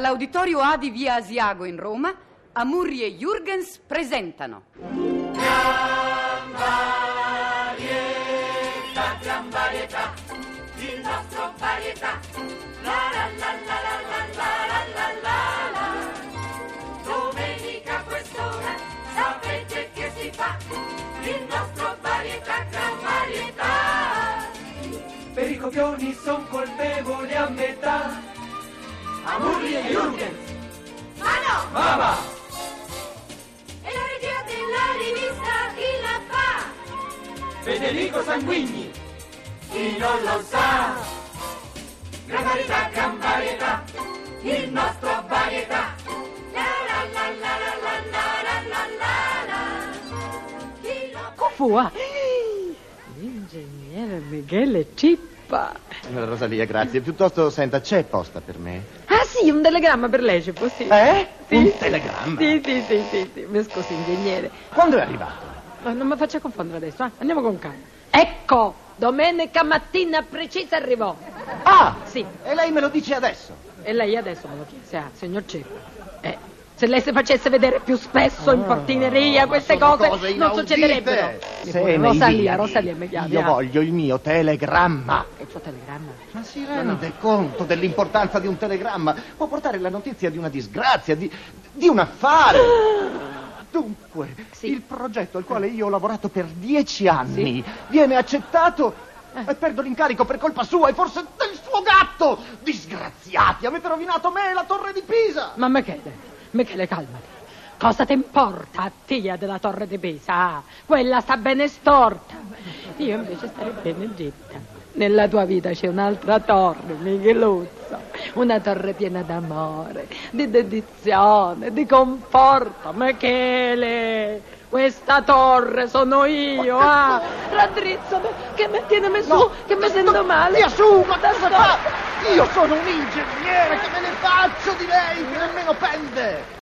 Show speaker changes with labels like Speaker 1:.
Speaker 1: Dall'Auditorio A di Via Asiago in Roma, Amurri e Jurgens presentano.
Speaker 2: Domenica a quest'ora sapete che si fa il nostro varietà gran varietà.
Speaker 3: Per i copioni son colpevoli a metà. Amurri e Jürgens,
Speaker 2: Ma Ah, no!
Speaker 3: mamma!
Speaker 2: È la regia della rivista chi la fa?
Speaker 3: Federico Sanguigni, chi non lo sa? Gran varietà, gran varietà, il nostro varietà.
Speaker 2: La la la la la la la la la la la. Chi lo
Speaker 4: Fua. L'ingegnere Michele Cippa.
Speaker 5: Rosalia, grazie. Piuttosto, senta, c'è posta per me?
Speaker 4: Ah sì, un telegramma per lei, c'è possibile.
Speaker 5: Eh?
Speaker 4: Sì.
Speaker 5: Un telegramma?
Speaker 4: Sì, sì, sì, sì, sì. Mi scusi, ingegnere.
Speaker 5: Quando è arrivato?
Speaker 4: Ma non mi faccia confondere adesso, eh? andiamo con calma. Ecco, domenica mattina precisa arrivò.
Speaker 5: Ah!
Speaker 4: Sì,
Speaker 5: E lei me lo dice adesso?
Speaker 4: e lei adesso me lo chiese, ah, signor Cippa. Eh, se lei si facesse vedere più spesso in portineria queste
Speaker 5: Ah, sono
Speaker 4: cose,
Speaker 5: cose
Speaker 4: non
Speaker 5: inaudite.
Speaker 4: succederebbero.
Speaker 5: Se
Speaker 4: Eppure
Speaker 5: nei
Speaker 4: Rosalia,
Speaker 5: libri
Speaker 4: Rosalia mi chiama.
Speaker 5: Io
Speaker 4: ah.
Speaker 5: voglio il mio telegramma.
Speaker 4: Il suo telegramma?
Speaker 5: Ma si rende conto dell'importanza di un telegramma? Può portare la notizia di una disgrazia, di, di un affare. Dunque,
Speaker 4: Sì.
Speaker 5: il progetto al quale io ho lavorato per dieci anni viene accettato
Speaker 4: Eh.
Speaker 5: e perdo l'incarico per colpa sua e forse del suo gatto! Disgraziati, avete rovinato me e la torre di Pisa!
Speaker 4: Ma Michele, Michele, calmati. Cosa ti importa a te della torre di Pisa? Ah, Quella sta bene storta. Io invece starei bene zitta. Nella tua vita c'è un'altra torre, Micheluzzo. Una torre piena d'amore, di dedizione, di conforto. Michele, questa torre sono io. Ah. Raddrizzami, che mi tiene messo, che mi sento male.
Speaker 5: Via su, ma cosa
Speaker 4: Sta-
Speaker 5: fa? Io sono un ingegnere, che me ne faccio di lei, che nemmeno pende!